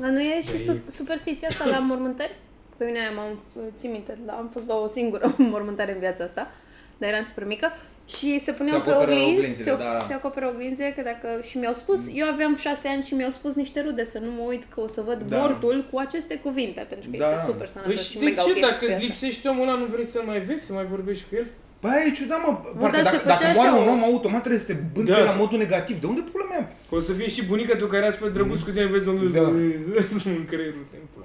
Dar nu e
Da,
și
e-
su- superstiția asta la mormântări? Pe mine aia m-am țin minte, la, am fost la o singură mormântare în viața asta, dar eram super mică. Și se puneau pe
acoperă
oglinzi,
oglinzile,
se,
da, Mm. da.
se acoperă oglinzile, că dacă și mi-au spus, eu aveam șase ani și mi-au spus niște rude să nu mă uit că o să văd
Da.
mortul cu aceste cuvinte, pentru că
Da.
este super
Păi
sănătos și
și de
mega
ce,
ok
dacă
să
îți
spui asta.
lipsește omul ăla, nu vrei să-l mai vezi, să mai vorbești cu el?
Băi, e ciudat, mă, parcă
dar se
dacă,
făcea
dacă moare
așa
un
o-
om automat trebuie să te bânte
Da.
la modul negativ. De unde pula mea?
O să fie și bunica tu care era spre drăguț cu tine, vezi domnul,
Da.
da. sunt creierul timpul.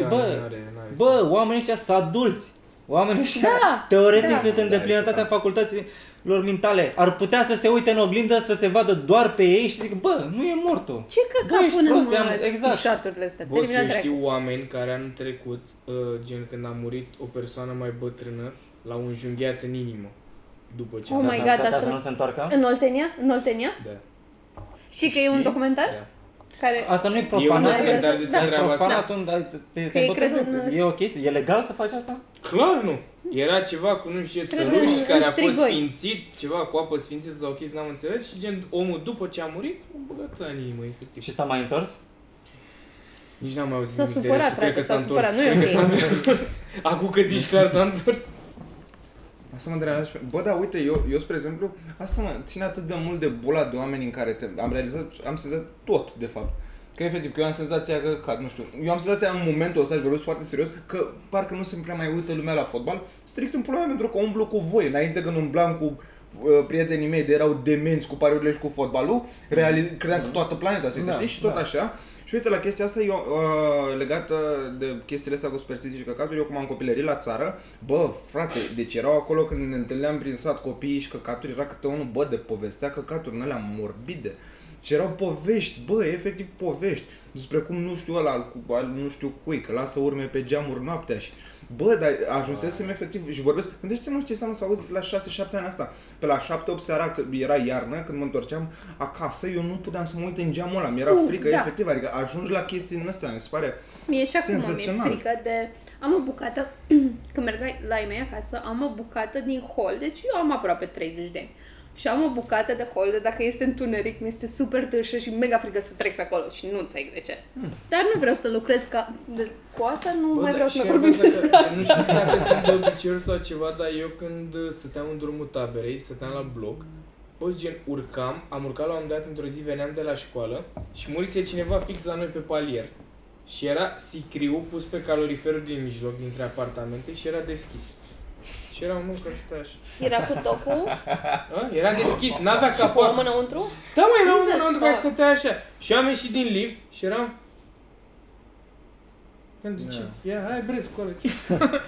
Da,
Bă,
n-are- n-are
Bă,
sens.
oamenii ăștia sunt adulți. Oamenii ăștia,
Da,
teoretic,
da.
sunt în
Da,
deplinătatea
e ciudat.
facultăților mentale. Ar putea să se uite în oglindă, să se vadă doar pe ei și să zic, bă, nu e mortul.
Ce
Bă,
căcat
ești
până
prost,
în
am- exact.
șaturile astea?
Bă,
Terminat
eu
trec.
știu oameni care anul trecut, uh, gen când a murit o persoană mai bătrână, l-au înjunghiat în inimă. După ce
Oh
a
my
Dar s-ar
God,
putea
dar
să
sunt-
nu se întoarcă?
În Oltenia? În Oltenia?
Da,
Știi că e un
Știi?
documentar?
da.
Care...
Asta nu e
E un
profanat.
documentar despre
Da,
treaba asta.
profanat, un- ai- te-
ei
te-ai bătut
cred
rău.
în-
E o chestie, e legal să faci asta?
Clar nu! Era ceva cu nu știu ce
Cred
țăruș
în-
care
în
a fost
strigoi.
sfințit, ceva cu apă sfințită sau chestii, n-am înțeles și gen omul după ce a murit, a băgat în inimă, efectiv.
Și s-a mai întors?
Nici n-am mai auzit
S-a
nimic de
supărat,
restul,
frate,
cred că
s-a
s-a întors.
supărat, nu e
Cred că
ok.
s-a întors. Acum că zici clar s-a întors.
Asta mă deranjează. și pe- Bă, da, uite, eu, eu spre exemplu, asta mă ține atât de mult de bula de oameni în care te, am realizat, am sezat tot, de fapt. Că efectiv, că eu am senzația că, cad, nu știu, eu am senzația în momentul ăsta, și vorbesc foarte serios, că parcă nu se prea mai uită lumea la fotbal, strict în problema pentru că umblu cu voi, înainte când umblam cu uh, prietenii mei de erau demenți cu pariurile și cu fotbalul, reali- credeam că toată planeta se uită,
Da,
știi? Și tot
da.
așa. Și uite, la chestia asta, eu, uh, legată de chestiile astea cu superstiții și căcaturi, eu cum am copilărit la țară, bă, frate, deci erau acolo când ne întâlneam prin sat copiii și căcaturi, era câte unul, bă, de povestea căcaturi, în alea morbide. Și erau povești, bă, efectiv povești, despre cum nu știu ăla, al- cu- al nu știu cui, că lasă urme pe geamuri noaptea și Bă, dar ajunsesem efectiv și vorbesc. Gândește-te, nu știu ce înseamnă să auzi la 6-7 ani asta. Pe la 7-8 seara, că era iarnă, când mă întorceam acasă, eu nu puteam să mă uit în geamul ăla. Mi-era
Uh,
frică,
da.
efectiv. Adică ajungi la chestii din astea, mi se pare
Mie și acum mi-e
senzațional.
frică de... Am o bucată, când merg la ei mei acasă, am o bucată din hol, deci eu am aproape 30 de ani. Și am o bucată de hol, de dacă este întuneric, mi este super târșă și mega frică să trec pe acolo și nu înțeleg de ce. Dar nu vreau să lucrez ca... De... cu asta, nu
Bă,
mai
dar
vreau să
și
mai vorbim
avem să-
despre asta.
Nu știu dacă sunt de obiceiuri sau ceva, dar eu când uh, stăteam în drumul taberei, stăteam la bloc, bă, gen, urcam, am urcat la un moment dat într-o zi, veneam de la școală și murise cineva fix la noi pe palier. Și era sicriu pus pe caloriferul din mijloc, dintre apartamente și era deschis. Și era un om care stă așa.
Era cu tocul
A, era deschis, n-avea
cu om
capac.
înăuntru?
Da, mai era
Jesus,
un om care
fuck.
stătea așa. Și am ieșit din lift și eram... Am zis, ce? ia, hai bre, scoală.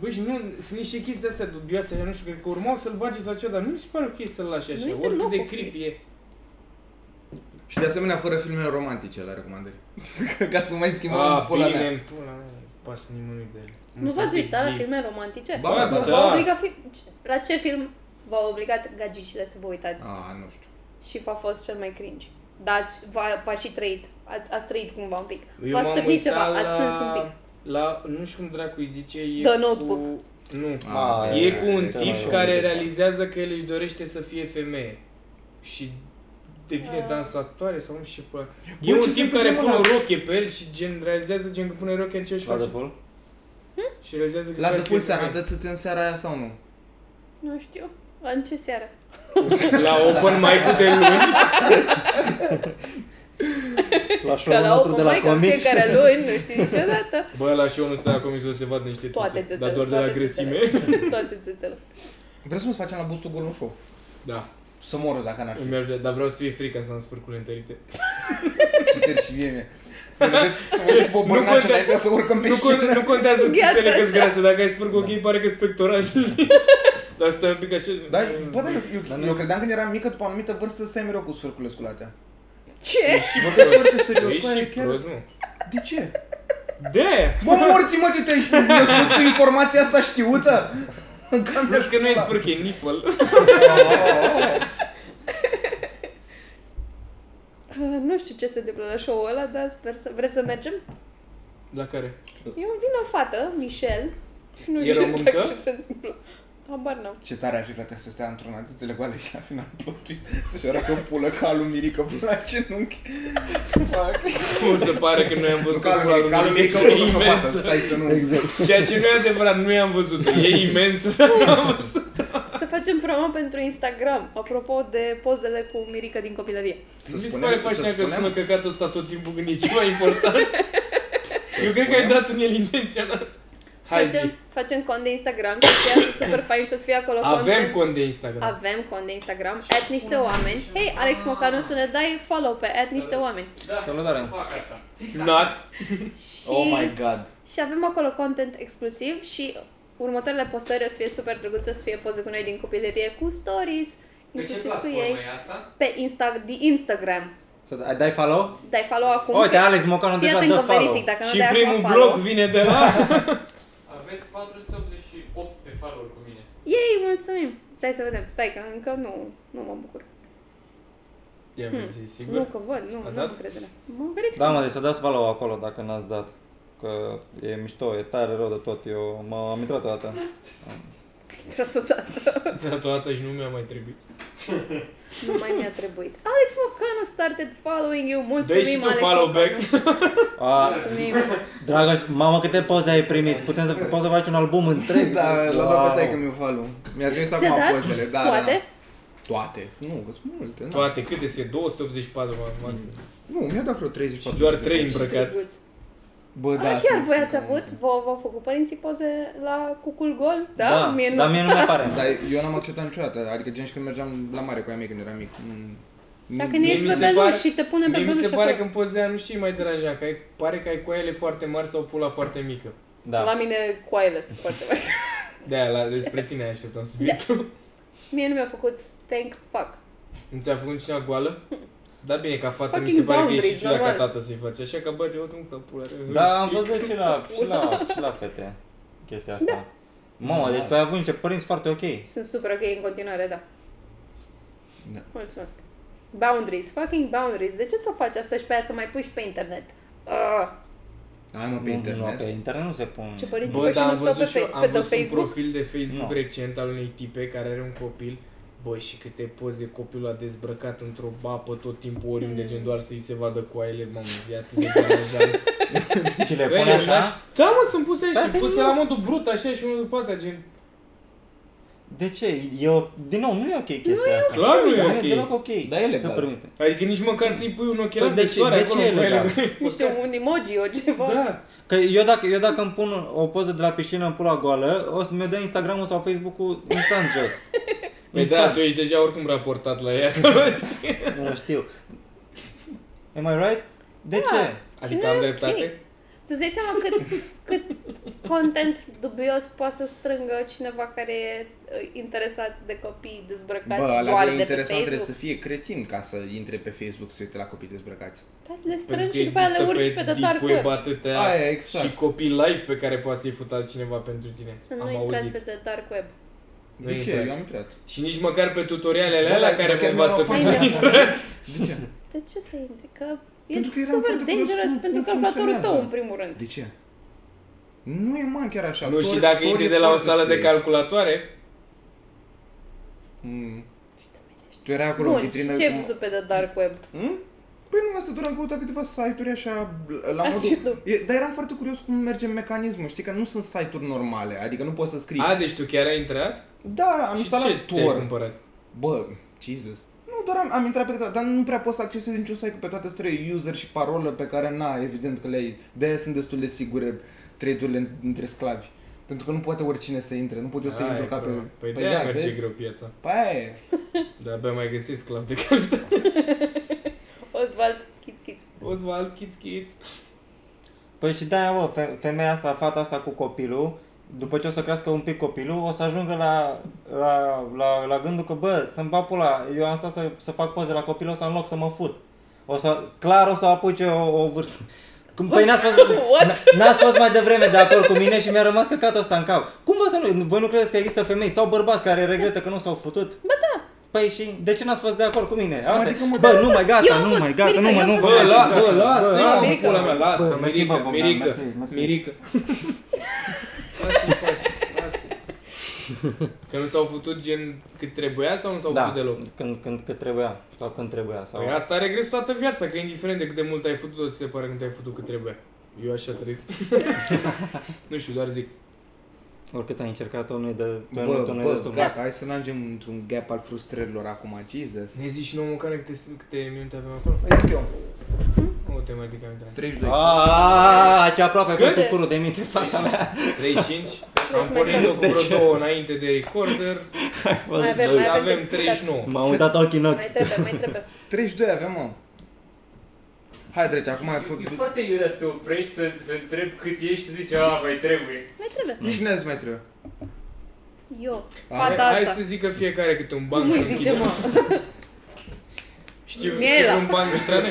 Bă, și nu, sunt niște chestii de-astea dubioase, eu nu știu, cred că urmau să-l bage sau ceva, dar nu mi se pare ok să-l lași așa,
Nu-i
oricât
deloc
de
ok.
creepy e.
Și de asemenea, fără filme romantice, la recomandări. Ca să mai schimbăm
Ah,
pula
bine,
mea.
îmi pula mea, nu pasă nimănui de el.
Nu v-ați uitat la filme romantice?
Ba, Ba,
da.
V-au obligat fi... ce- La ce film v-au obligat gagicile să vă uitați?
A, Ah, nu știu.
Și v-a fost cel mai cringe. Dar ați- v-a, v-a și trăit. Ați, ați trăit cumva un pic.
Eu
v-ați
m-am
stârnit ceva,
uitat
ați plâns un
la-
pic.
La, nu știu cum dracu îi zice, e
The
cu...
Notebook.
Nu,
A,
Ah,
E cu un
uite,
tip
mai
care
vorbim.
realizează că el își dorește să fie femeie și
Da.
devine dansatoare sau nu știu ce pula. E
Bă,
un
ce
tip
se
care
întâmplă,
pune o
mă, la-
roche pe el și gen realizează gen că pune roche în ce își
La
face
Deadpool?
și realizează că
La
vrea să fie
Deadpool seara,
femeie.
dă-ți în seara aia sau nu?
Nu știu. La în ce seară?
La open mic de luni.
La
Că
show-ul
la
nostru
Open
de la
Mic am
comics?
fiecare luni, nu știu niciodată.
Bă, la show nu stai acum să se vadă niște
Toate
țâțe,
țâțele,
dar doar de
toate
la grăsime.
țâțele. Toate țâțele.
Vreau să mă facem la bustul gol un show.
Da,
Să moră dacă n-ar fi.
îmi ajută, dar vreau să fie frică să am sfârcule întărite.
Super și mie, mie. Să ne vezi, să vezi pe bărnaci
contează-
înainte să urcăm pe
Nu, con- nu
scenă.
contează
Gheață
țâțele că-s
așa.
grase, dacă ai sfârc
Da.
ok, pare că-s pectoral. Dar stai un pic așa.
Dar, bă, dar eu, eu,
Dar nu-
eu, credeam când eram mică, după o anumită vârstă, stai mereu cu sfârcurile sculate.
Ce?
Și
Vorbesc foarte serios cu
Ești
aia
și
chiar.
prost, nu?
De ce?
De!
Bă, morți mă, te ești născut cu informația asta știută? Cam
Plus că nu e sfârc, e nipple.
Ah, Nu știu ce se întâmplă la show-ul ăla, dar sper să... Vreți să mergem?
La care?
Eu îmi vine o fată, Michelle, și nu
E
știu
româncă?
exact ce se întâmplă. Habar n-am.
Ce tare aș fi, frate, să stea într-un antițele goale și la final plot twist să-și arate o pulă ca lui Mirica până la genunchi. Fuck.
Cum se pare că noi am
Nu
văzut
ca
pula
lui
lui
Mirica, ca lui
Mirica,
Mirica
e
photoshopată,
imensă.
stai să nu...
Exact.
Ceea ce nu e adevărat, nu i-am văzut e imens. N-am văzut.
Să facem promo pentru Instagram, apropo de pozele cu Mirica din copilărie.
Să
Mi se
spunem-
pare
să
fascinant că
spunem-
sună căcatul ăsta tot timpul când e ceva important.
să
Eu cred că ai
spunem-
dat în el intenționat. Hai zi.
Facem, facem cont de Instagram, că să fie super fain și o să fie acolo
Avem
content.
cont de Instagram.
avem cont de Instagram, at niște oameni. Hei, Alex Mocanu, să ne dai follow pe at niște oameni.
Salutare.
Not.
Și,
Oh my god.
și avem acolo content exclusiv și următoarele postări o să fie super drăguțe, o să fie poze cu noi din copilărie, cu stories, inclusiv cu ei,
asta?
pe Insta- de Instagram.
Să dai- dai follow?
Dai follow acum.
Uite,
că-
Alex Mocanu
Fii
deja
atent
dă
că
follow.
verific, dacă nu
Și
dai acum
primul
follow.
blog vine de la...
Aveți 488 de follow cu mine.
Ei, mulțumim! Stai să vedem, stai că încă nu, nu mă bucur.
Ia vezi,
Nu
sigur?
că văd, nu,
A
nu
dat?
am încredere. Mă verific.
Da, mă, deci să dați follow acolo dacă n-ați dat. Că e mișto, e tare rău de tot. Eu m-am intrat o dată.
Totodată.
Dar Da, toată și nu mi-a mai trebuit.
Nu mai mi-a trebuit. Alex Mocanu started following you. Mulțumim,
Dai și Deci tu
Alex
follow
Mocanu.
back.
A,
Mulțumim.
dragă, mamă, câte poze ai primit? Putem să, poți să faci un album întreg?
Da, l-a dat
Wow.
pe taică mi-o falu. Mi-a trimis
Ți-a
acum
dat
pozele, da, da.
Toate?
Toate? Nu, că sunt multe, da.
Toate, câte sunt? 284 mă, maxim.
Nu, mi-a dat vreo 34.
Și doar
de
trei
poze.
îmbrăcate. Păcat.
Drăguț.
Bă, da.
Ah, chiar
sunt-
voi
sunt
ați avut?
multe.
V-au v-au făcut părinții poze la cucul gol? Da?
Da,
mie nu. Da.
dar mie nu mi pare.
Dar eu n-am acceptat niciodată, adică gen și când mergeam la mare cu aia mea când eram mic. Mm. nu- nu-
Dacă
Mie
ne
mi
ești pe
se
beluș
pare-
și te punem pe
Mie mi
beluș
se pare că
acolo.
în poza aia nu știi mai deranja, că ai, pare că ai coaiele foarte mari sau pula foarte mică.
La
Da.
mine coaiele sunt foarte mari.
De-aia, la, despre tine așteptam
Da.
subiectul.
Mie nu mi-a făcut thank fuck.
Nu ți-a făcut nici una goală? Da bine, ca fată mi
Fucking
se pare că e
boundaries,
și ciudat ca
normal.
tată să-i faci așa, că bă, te uit un pula.
Da, am văzut și la, și la, și la fete. chestia asta. Da. Mamă, deci tu ai avut niște părinți foarte ok.
Sunt super ok în continuare, da.
Da.
Mulțumesc. Boundaries, fucking boundaries. De ce să faci asta și pe aia să mai pui și pe internet? Ah,
Hai mă pe
Nu, Nu, pe
internet.
internet nu se pun.
ce părinții
Bă,
voștri
dar
nu
am
stau pe,
văzut și eu,
fe- pe
am
de
văzut un
Facebook?
profil de Facebook
Nu.
recent al unei tipe care are un copil. Bă, și câte poze copilul a dezbrăcat într-o apă tot timpul
Mm.
oriunde, gen doar să-i se vadă coaiele, mamă, zi atât de deranjant.
Și le
Bă,
pune
e
așa.
naș- Da, mă, sunt puse
Dar
și
asta e
puse
nou.
la modul brut, așa și unul după alta, gen...
De ce? Eu, din nou, nu e ok chestia asta.
Clar nu
Nu e
e
deloc
ok.
ok.
Dar e legal.
Se permite.
Adică nici măcar să-i pui un ochelar
Păi de
de
ce-
soare
de
acolo
ce e
cu ele.
legal?
cu-
Niște un emoji, o ceva.
Da.
Că eu dacă, eu dacă îmi pun o poză de la piscină în pula goală, o să mi-o dea Instagram-ul sau Facebook-ul instant jos.
Păi da, tu ești deja oricum raportat la ea.
Nu lo știu. Am I right? De ce?
Și nu
Adică
e
am
ok.
dreptate?
Tu îți dai seama cât, cât content dubios poate să strângă cineva care e uh, interesat de copii dezbrăcați
Bă, ăla
doar
care e
de pe
interesant trebuie
Facebook.
să fie cretin ca să intre pe Facebook să se uite la copii dezbrăcați.
Da, le
Pentru
strângi
că
și după aia le
există
urci pe de
deep
dark
web
web.
atâtea
Aia, exact.
și copii live pe care poate să-i fut altcineva pentru tine.
Să nu
am
intrați
auzit.
pe de dark web.
Nu
De ce?
intrați.
Eu am intrat.
Și nici măcar pe tutorialele
Bă,
alea
dar-
care
dar
vă
chiar mi-au
învață cum
Hai da.
Hai
să...
de-
neapărat.
De ce?
De ce să intri? Că e
Pentru că eram
super
foarte curios
dangerous
cum-
pentru
cum
calculatorul tău,
funcționează.
în primul rând.
De ce? Nu e man chiar așa.
Nu,
Tor-
și dacă
Tor e
intri de la o
foarte
sală de
safe.
calculatoare,
Mm. Tu erai acolo
Bun,
în vitrină
și ce ai
cu-
văzut pe de dark web?
Hmm? Păi nu, asta doar am căutat câteva site-uri așa la
Așa,
modul...
nu.
E, dar eram foarte curios cum merge mecanismul, știi că nu sunt site-uri normale, adică nu poți să scrii.
a, deci tu chiar ai intrat?
da, am
și
instalat
ce ți-ai
Tor.
cumpărat?
Bă, Jesus. Nu, doar am, am intrat pe câteva, dar nu prea poți să accesezi niciun site cu pe toate trei user și parolă pe care, na, evident că le-ai. De-aia sunt destul de sigure trade-urile între sclavi. Pentru că nu poate oricine să intre, nu pot eu să
Aia
intru
e
ca pe...
problema. Păi
da,
de-aia merge
vezi?
greu piața.
Păi aia e.
Dar abia mai găsesc sclav de calitate.
Oswald, kids, kids.
Oswald, kids, kids.
Păi și de-aia, bă, fe- femeia asta, fata asta cu copilul, după ce o să crească un pic copilul, o să ajungă la, la, la, la gândul că, bă, să-mi bag pula, eu am stat să, să fac poze la copilul ăsta în loc să mă fut. O să, clar o să apuce o, o vârstă. Cum, păi n-ați fost,
What?
n- n-ați fost mai devreme de acord cu mine și mi-a rămas căcatul ăsta în cap. Cum vă să nu, voi nu credeți că există femei sau bărbați care regretă că nu s-au futut? Bă, da. Păi și de ce n-ați fost de acord cu mine? Asta
Adică, mă,
bă, nu mai
eu
gata,
am
nu
fost,
mai
Mirica,
gata, nu mai
eu am
nu
fost.
Bă,
mai-
la, bă, lasă, mă,
Mirica.
pula mea, lasă,
Bă, mersi, bă,
Mirica,
Bogdan,
Mirica,
mersi, mersi.
Mirica. Lasă-i pace, lasă Că nu s-au futut gen cât trebuia sau nu s-au
Da,
futut deloc?
când, când, când trebuia, sau când trebuia,
Da.
sau...
Păi asta regres toată viața, că indiferent de cât de mult ai futut, tot ți se pare că nu te-ai futut cât trebuia. Eu așa trăiesc. nu știu, doar zic.
Oricât ai încercat, o nu e de,
Bă,
bă, nu, tu nu e
bă, da.
destul.
gata, hai să ne ajungem într-un gap al frustrărilor acum, Jesus. Păi
Ne zici nouă măcar câte, câte minute avem acolo?
Zic eu,
Nu te mai ridic aminte.
32.
Aaaa, ce aproape a fost
Cât?
supărul de minte fața mea.
35. Am
mai
pornit-o cu vreo două înainte de recorder.
Mai avem,
Și
mai avem. de
avem
discutat.
39.
M-am uitat ochii în ochi.
Mai trebuie, mai trebuie.
32 avem, mă. Hai, trece, acum ai
E
făcut...
foarte iurea să te oprești, să, să întreb cât ești și zice, a, mai trebuie.
Mai trebuie.
Nici nu mai trebuie.
Eu,
Hai,
fata
hai
asta.
să zică fiecare câte un banc.
Cum îi
să
zice,
închidem.
mă?
Știu,
Miela.
știu un banc Mitran?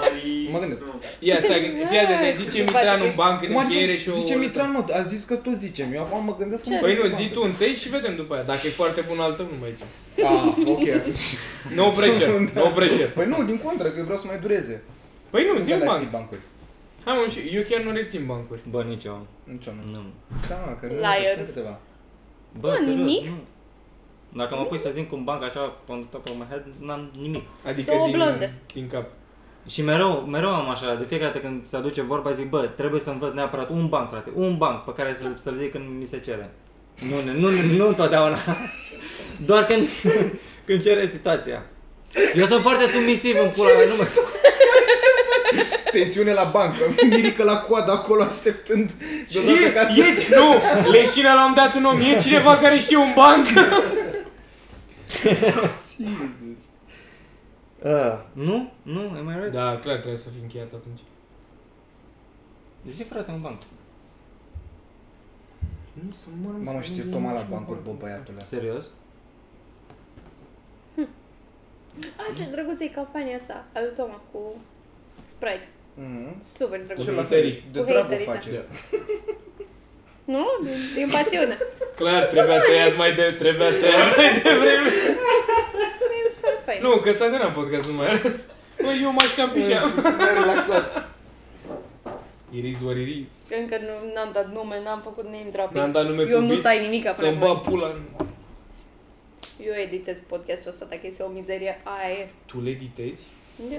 Mari...
Mă gândesc.
Nu.
Ia stai, fii atent, ne
Cum
zice
se
Mitran
face
un banc în
Cum
încheiere
adică,
și o...
zice Mitran, mă, a zis că tot zicem, eu acum mă gândesc cum...
Păi nu, zi tu întâi și vedem după aia. Dacă e foarte bun al tău, nu mai zicem.
Ah, ok, atunci.
No pressure,
Da.
no pressure.
Păi nu, din contră, că eu vreau să mai dureze.
Păi nu,
Nu
zi
că
un
le-aș
banc.
ști bancuri.
Hai mă, și- eu chiar nu rețin bancuri.
Bă, nici eu.
Nici eu nu.
Nu.
Da, mă, că nu
Liars.
sunt câteva.
Bă,
Bă,
serios,
nimic?
nu. Dacă mă pui să zic cu un banc așa, pe un top of my head, n-am nimic.
Adică
Două
din,
blonde.
din cap.
Și mereu, mereu am așa, de fiecare dată când se aduce vorba, zic, bă, trebuie să învăț neapărat un banc, frate, un banc pe care să, să-l zic când mi se cere. Nu, nu, nu, nu întotdeauna. Doar când, când cere situația. Eu sunt foarte submisiv în pula mea, nu mă...
Tensiune la bancă, Mirica la coadă acolo așteptând deodată ca să...
E, e, nu, leșina l-am dat un om, e cineva care știe un banc.
Jesus. Ah.
Uh, nu? Nu? Am I right?
Da, clar, trebuie să fi încheiat atunci.
De ce frate un banc?
Nu sunt mă,
Mamă, știe Toma la bancuri, bă, băiatul
Da.
ăla.
Serios?
A, Ah, ce drăguță e campania asta, al lui Toma cu Sprite.
Mhm.
Super
Și
drăguță.
la- haterii.
De
Cu
treabă
haterii, da.
face.
Nu? Din, din pasiune.
Clar, trebuia tăiat mai de, trebuia tăiat mai devreme.
Mie mi se pare fain.
Nu, că s-a terminat podcastul, nu mai ales. Bă, eu m-aș cam pișa.
Mi-a relaxat.
It is what it is.
Că încă nu, n-am dat nume, n-am făcut name dropping.
N-am dat nume
Eu
pe
nu
beat
tai nimic până
Să
acum.
bă pula în...
Eu editez podcastul ăsta dacă este o mizerie, aia e.
Tu le editezi?
Da.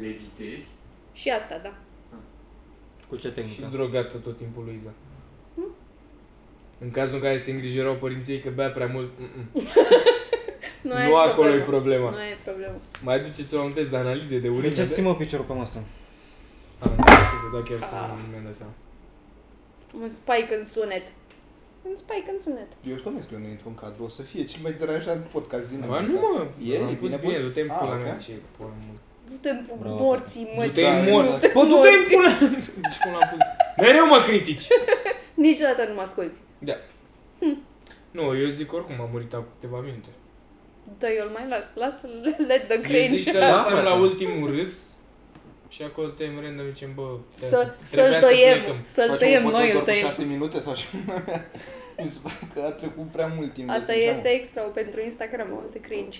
Le editezi?
Și asta, da.
Cu ce
Și
tehnică? Deci
drogată tot timpul Luiza. În cazul în care se îngrijorau părinții că bea prea mult, mm-mm.
Nu,
nu acolo e problema.
Nu e problemă.
Mai aduceți la un test de analize de
De
urină.
ce
de...
stimă piciorul pe masă?
Ah, nu, scuze, da, chiar scuze, nu mi-am dat seama.
Un spike în sunet. Un spike în sunet.
Eu îți promit că eu nu intru în cadru, o să fie cel mai deranjat podcast din
Ba
lumea
nu,
asta.
mă.
E?
Am
E
pus
bine
bine,
pus?
du-te în
Ah,
pula
ok.
mea, ce pula mea.
Du-te în
Bravo.
morții, mă.
Du-te
da,
în mor.
exact.
Bă, du-te în pula. Zici cum l-am pus. Mereu mă critici.
Niciodată nu mă asculti.
Da. Nu, eu zic oricum, am murit acum câteva minute.
Da, eu îl mai las. Lasă, let the
Eu zic
cringe.
să
Da,
lăsăm
frate.
la ultimul râs și acolo tăiem random, zicem, bă,
Să,
trebuia
să-l tăiem,
plecăm.
să-l
Facem un
tăiem,
podcast
noi îl
doar cu
tăiem.
6 minute sau ce? Mi se pare că a trecut prea mult timp. de
Asta
atunci,
este extra pentru Instagram, de cringe.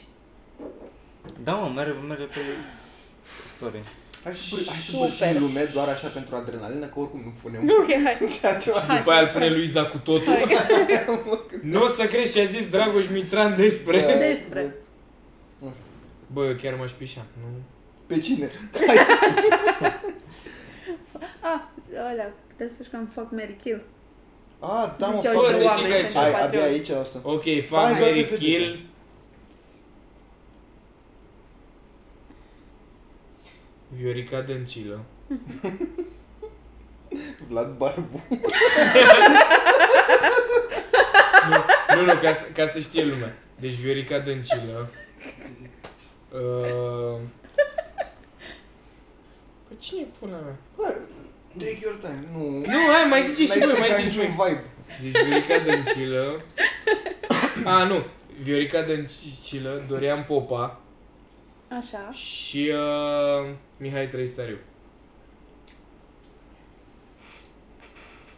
Da, mă, merge, merge pe story.
Hai să, pur- hai să
Super.
purcim lume doar așa pentru adrenalină, că oricum nu punem
Ok, hai.
așa ceva.
După aia îl pune Luiza cu totul.
hai.
Nu o să crezi ce a zis Dragoș Mitran
Da,
despre...
Despre.
nu știu.
Bă, eu chiar m-aș pișa, nu?
Pe cine?
Ah, alea, putem să cam fuck, Mary Kill.
A, da, mă,
Ziceau
fără
și
să
fac.
știi
oameni
că e
pentru
Ai, abia
Patreon.
aici o să...
Ok,
Hai,
fac
doar
Mary
pe vedete.
Kill. Viorica Dăncilă.
Vlad Barbu.
Nu, nu, ca, să- ca să știe lumea. Deci Viorica Dăncilă. Uh... Păi cine e pula mea?
Bă, Take your time, nu...
Nu, hai, mai zice și
N-ai
voi, mai
stricat
zice și
niciun
voi.
vibe.
Deci Viorica Dăncilă A, nu Viorica Dăncilă, Dorian Popa
Așa.
Și uh, Mihai Trăistariu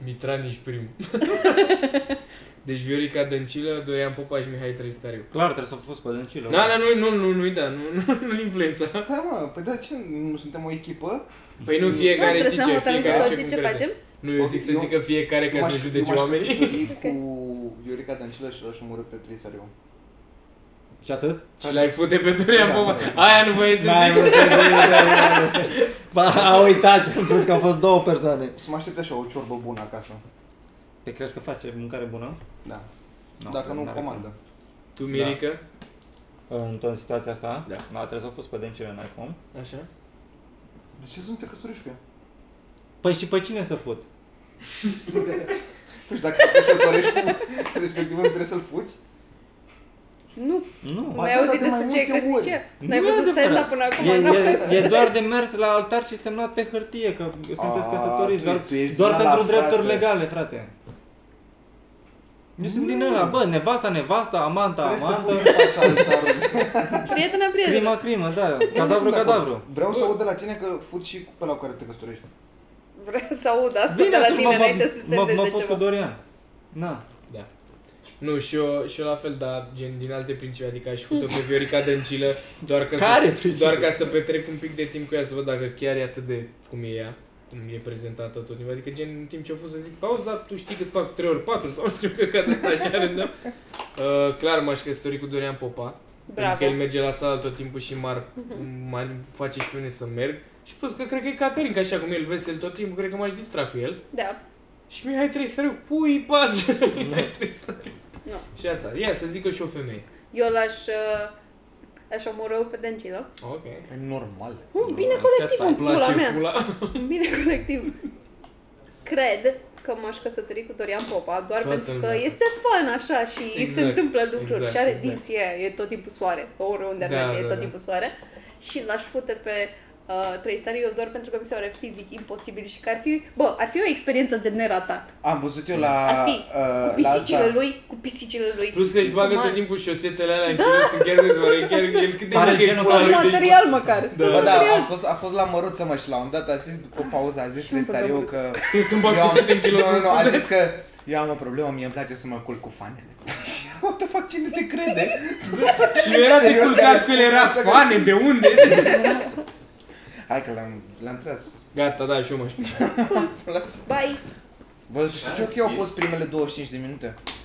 Mitran ești primul Deci Viorica Dăncilă, Dorian Popa și Mihai Trăistariu
Clar, trebuie să fi fost pe dâncilă.
Na, na, Da, nu, nu, nu, nu, da, nu, nu, nu influența.
Da, mă, păi da, ce, nu suntem o echipă?
Păi nu
Nu,
fiecare
trebuie să ne
zice,
hotărâm cu
fiecare
toții
cum
ce
crede.
facem.
Nu, eu zic să
Eu-
zică fiecare ca să
M-aș-
nu
eu
judece
m-aș
oamenii.
căsători cu Viorica Dancilă și l-aș omorâ pe Trisariu.
Și atât?
Și l-ai fute pe Dorian
Da,
Popa.
da.
Aia nu voie să
N-ai
zici.
văzut, Ba, a uitat, în plus că au fost două persoane.
O să mă aștept așa o ciorbă bună acasă.
Te crezi că face mâncare bună?
Da. Dacă nu, comandă.
Tu, Mirica?
În toată situația asta?
Da.
Da, trebuie să au fost pe dâncilă, n-ai cum.
Așa?
De ce să nu te căsătorești cu ea?
Păi și pe cine să fut?
Păi și dacă te căsătorești cu respectivul, trebuie să-l fuți?
Nu,
Nu.
nu ai
da,
auzit
de
despre
mai
ce e
multe ori.
căsnicie? N-ai
Nu e
văzut
adevărat.
stand-up până acum?
E,
nu?
e, e doar de mers la altar și semnat pe hârtie că sunteți
A,
căsătoriți,
tu-
doar,
tu ești
doar
din ala,
pentru drepturi
frate.
legale, frate. Eu sunt din ăla, bă, nevasta, nevasta, amanta,
Trebuie să te pui
amanta,
în fața altarului.
Prietena, prietena.
crima, crimă, da,
Nu sunt
cadavru,
de acord.
cadavru.
Vreau să aud de la tine că fuți și cu pe la care te căsătorești.
Vreau să aud asta de la
atunci mă-
tine înainte să
mă, mă, mă
semneze
fut cu
ceva.
Dorian. Na.
Da. Nu, și eu, și eu la fel, dar gen din alte principii, adică aș fută pe Viorica Dăncilă doar ca,
Care
să,
principii?
doar ca să petrec un pic de timp cu ea, să văd dacă chiar e atât de cum e ea, cum e prezentată tot timpul. Adică gen în timp ce au fost să zic, pauză, dar tu știi cât fac 3 ori 4 sau nu știu că cad asta așa rândăm. Uh, clar m-aș căsători cu Dorian Popa, pentru că
Bravo.
el merge la sală tot timpul și m-ar, m-ar face și pe mine să merg. Și plus că cred că e Caterin, că așa cum e el vesel tot timpul, cred că m-aș distra cu el.
Da.
Și Mihai Tristăriu, pui pas! Mihai Tristăriu.
Nu.
Și atât. Ia să zică și o femeie.
Eu l-aș... uh, Aș omoră pe Dăncilă.
Ok.
E normal.
Uh, Bine colectiv,
Să-mi
în
Îmi
pula
place
mea.
pula.
Bine colectiv. Cred că m-aș căsători cu Dorian Popa doar
Toată
pentru că
lumea.
este fan așa și îi se
Exact,
întâmplă lucruri
exact,
și are
exact.
dinții aia, e tot timpul soare, oriunde ar
Da,
merge, e
da,
tot
da.
timpul soare și l-aș fute pe uh, 3 stare, eu doar pentru că mi se pare fizic imposibil și că ar fi, bă, ar fi o experiență de neratat.
Am văzut eu la...
Ar fi
uh,
cu
la
pisicile
asta.
lui, cu pisicile lui.
Plus că își bagă
Cum
tot
ar-
timpul șosetele alea în da. sunt chiar dezvoare, chiar el cât de
Pare
mult
genul
exploatează
Sunt
care-
pe-
material măcar, sunt
Bă, da,
material.
a fost, a fost la măruță, mă, și la un dat a zis, după pauză, a zis
Și un
Crestariu
păzăruț.
că...
Eu sunt bag șosete în
nu,
kilo,
nu,
sunt
nu, a
scuze.
zis că eu am o problemă, mie îmi place să mă culc cu fanele. Și eu, what the fuck, cine te crede?
Și nu era de
Serios, care
culcat pe el, era
spus asta că-
fane, de unde?
Hai că l-am, l-am tras.
Gata, da, și eu mă știu.
Bye.
Bă, știi ce ok au fost primele 25 de minute?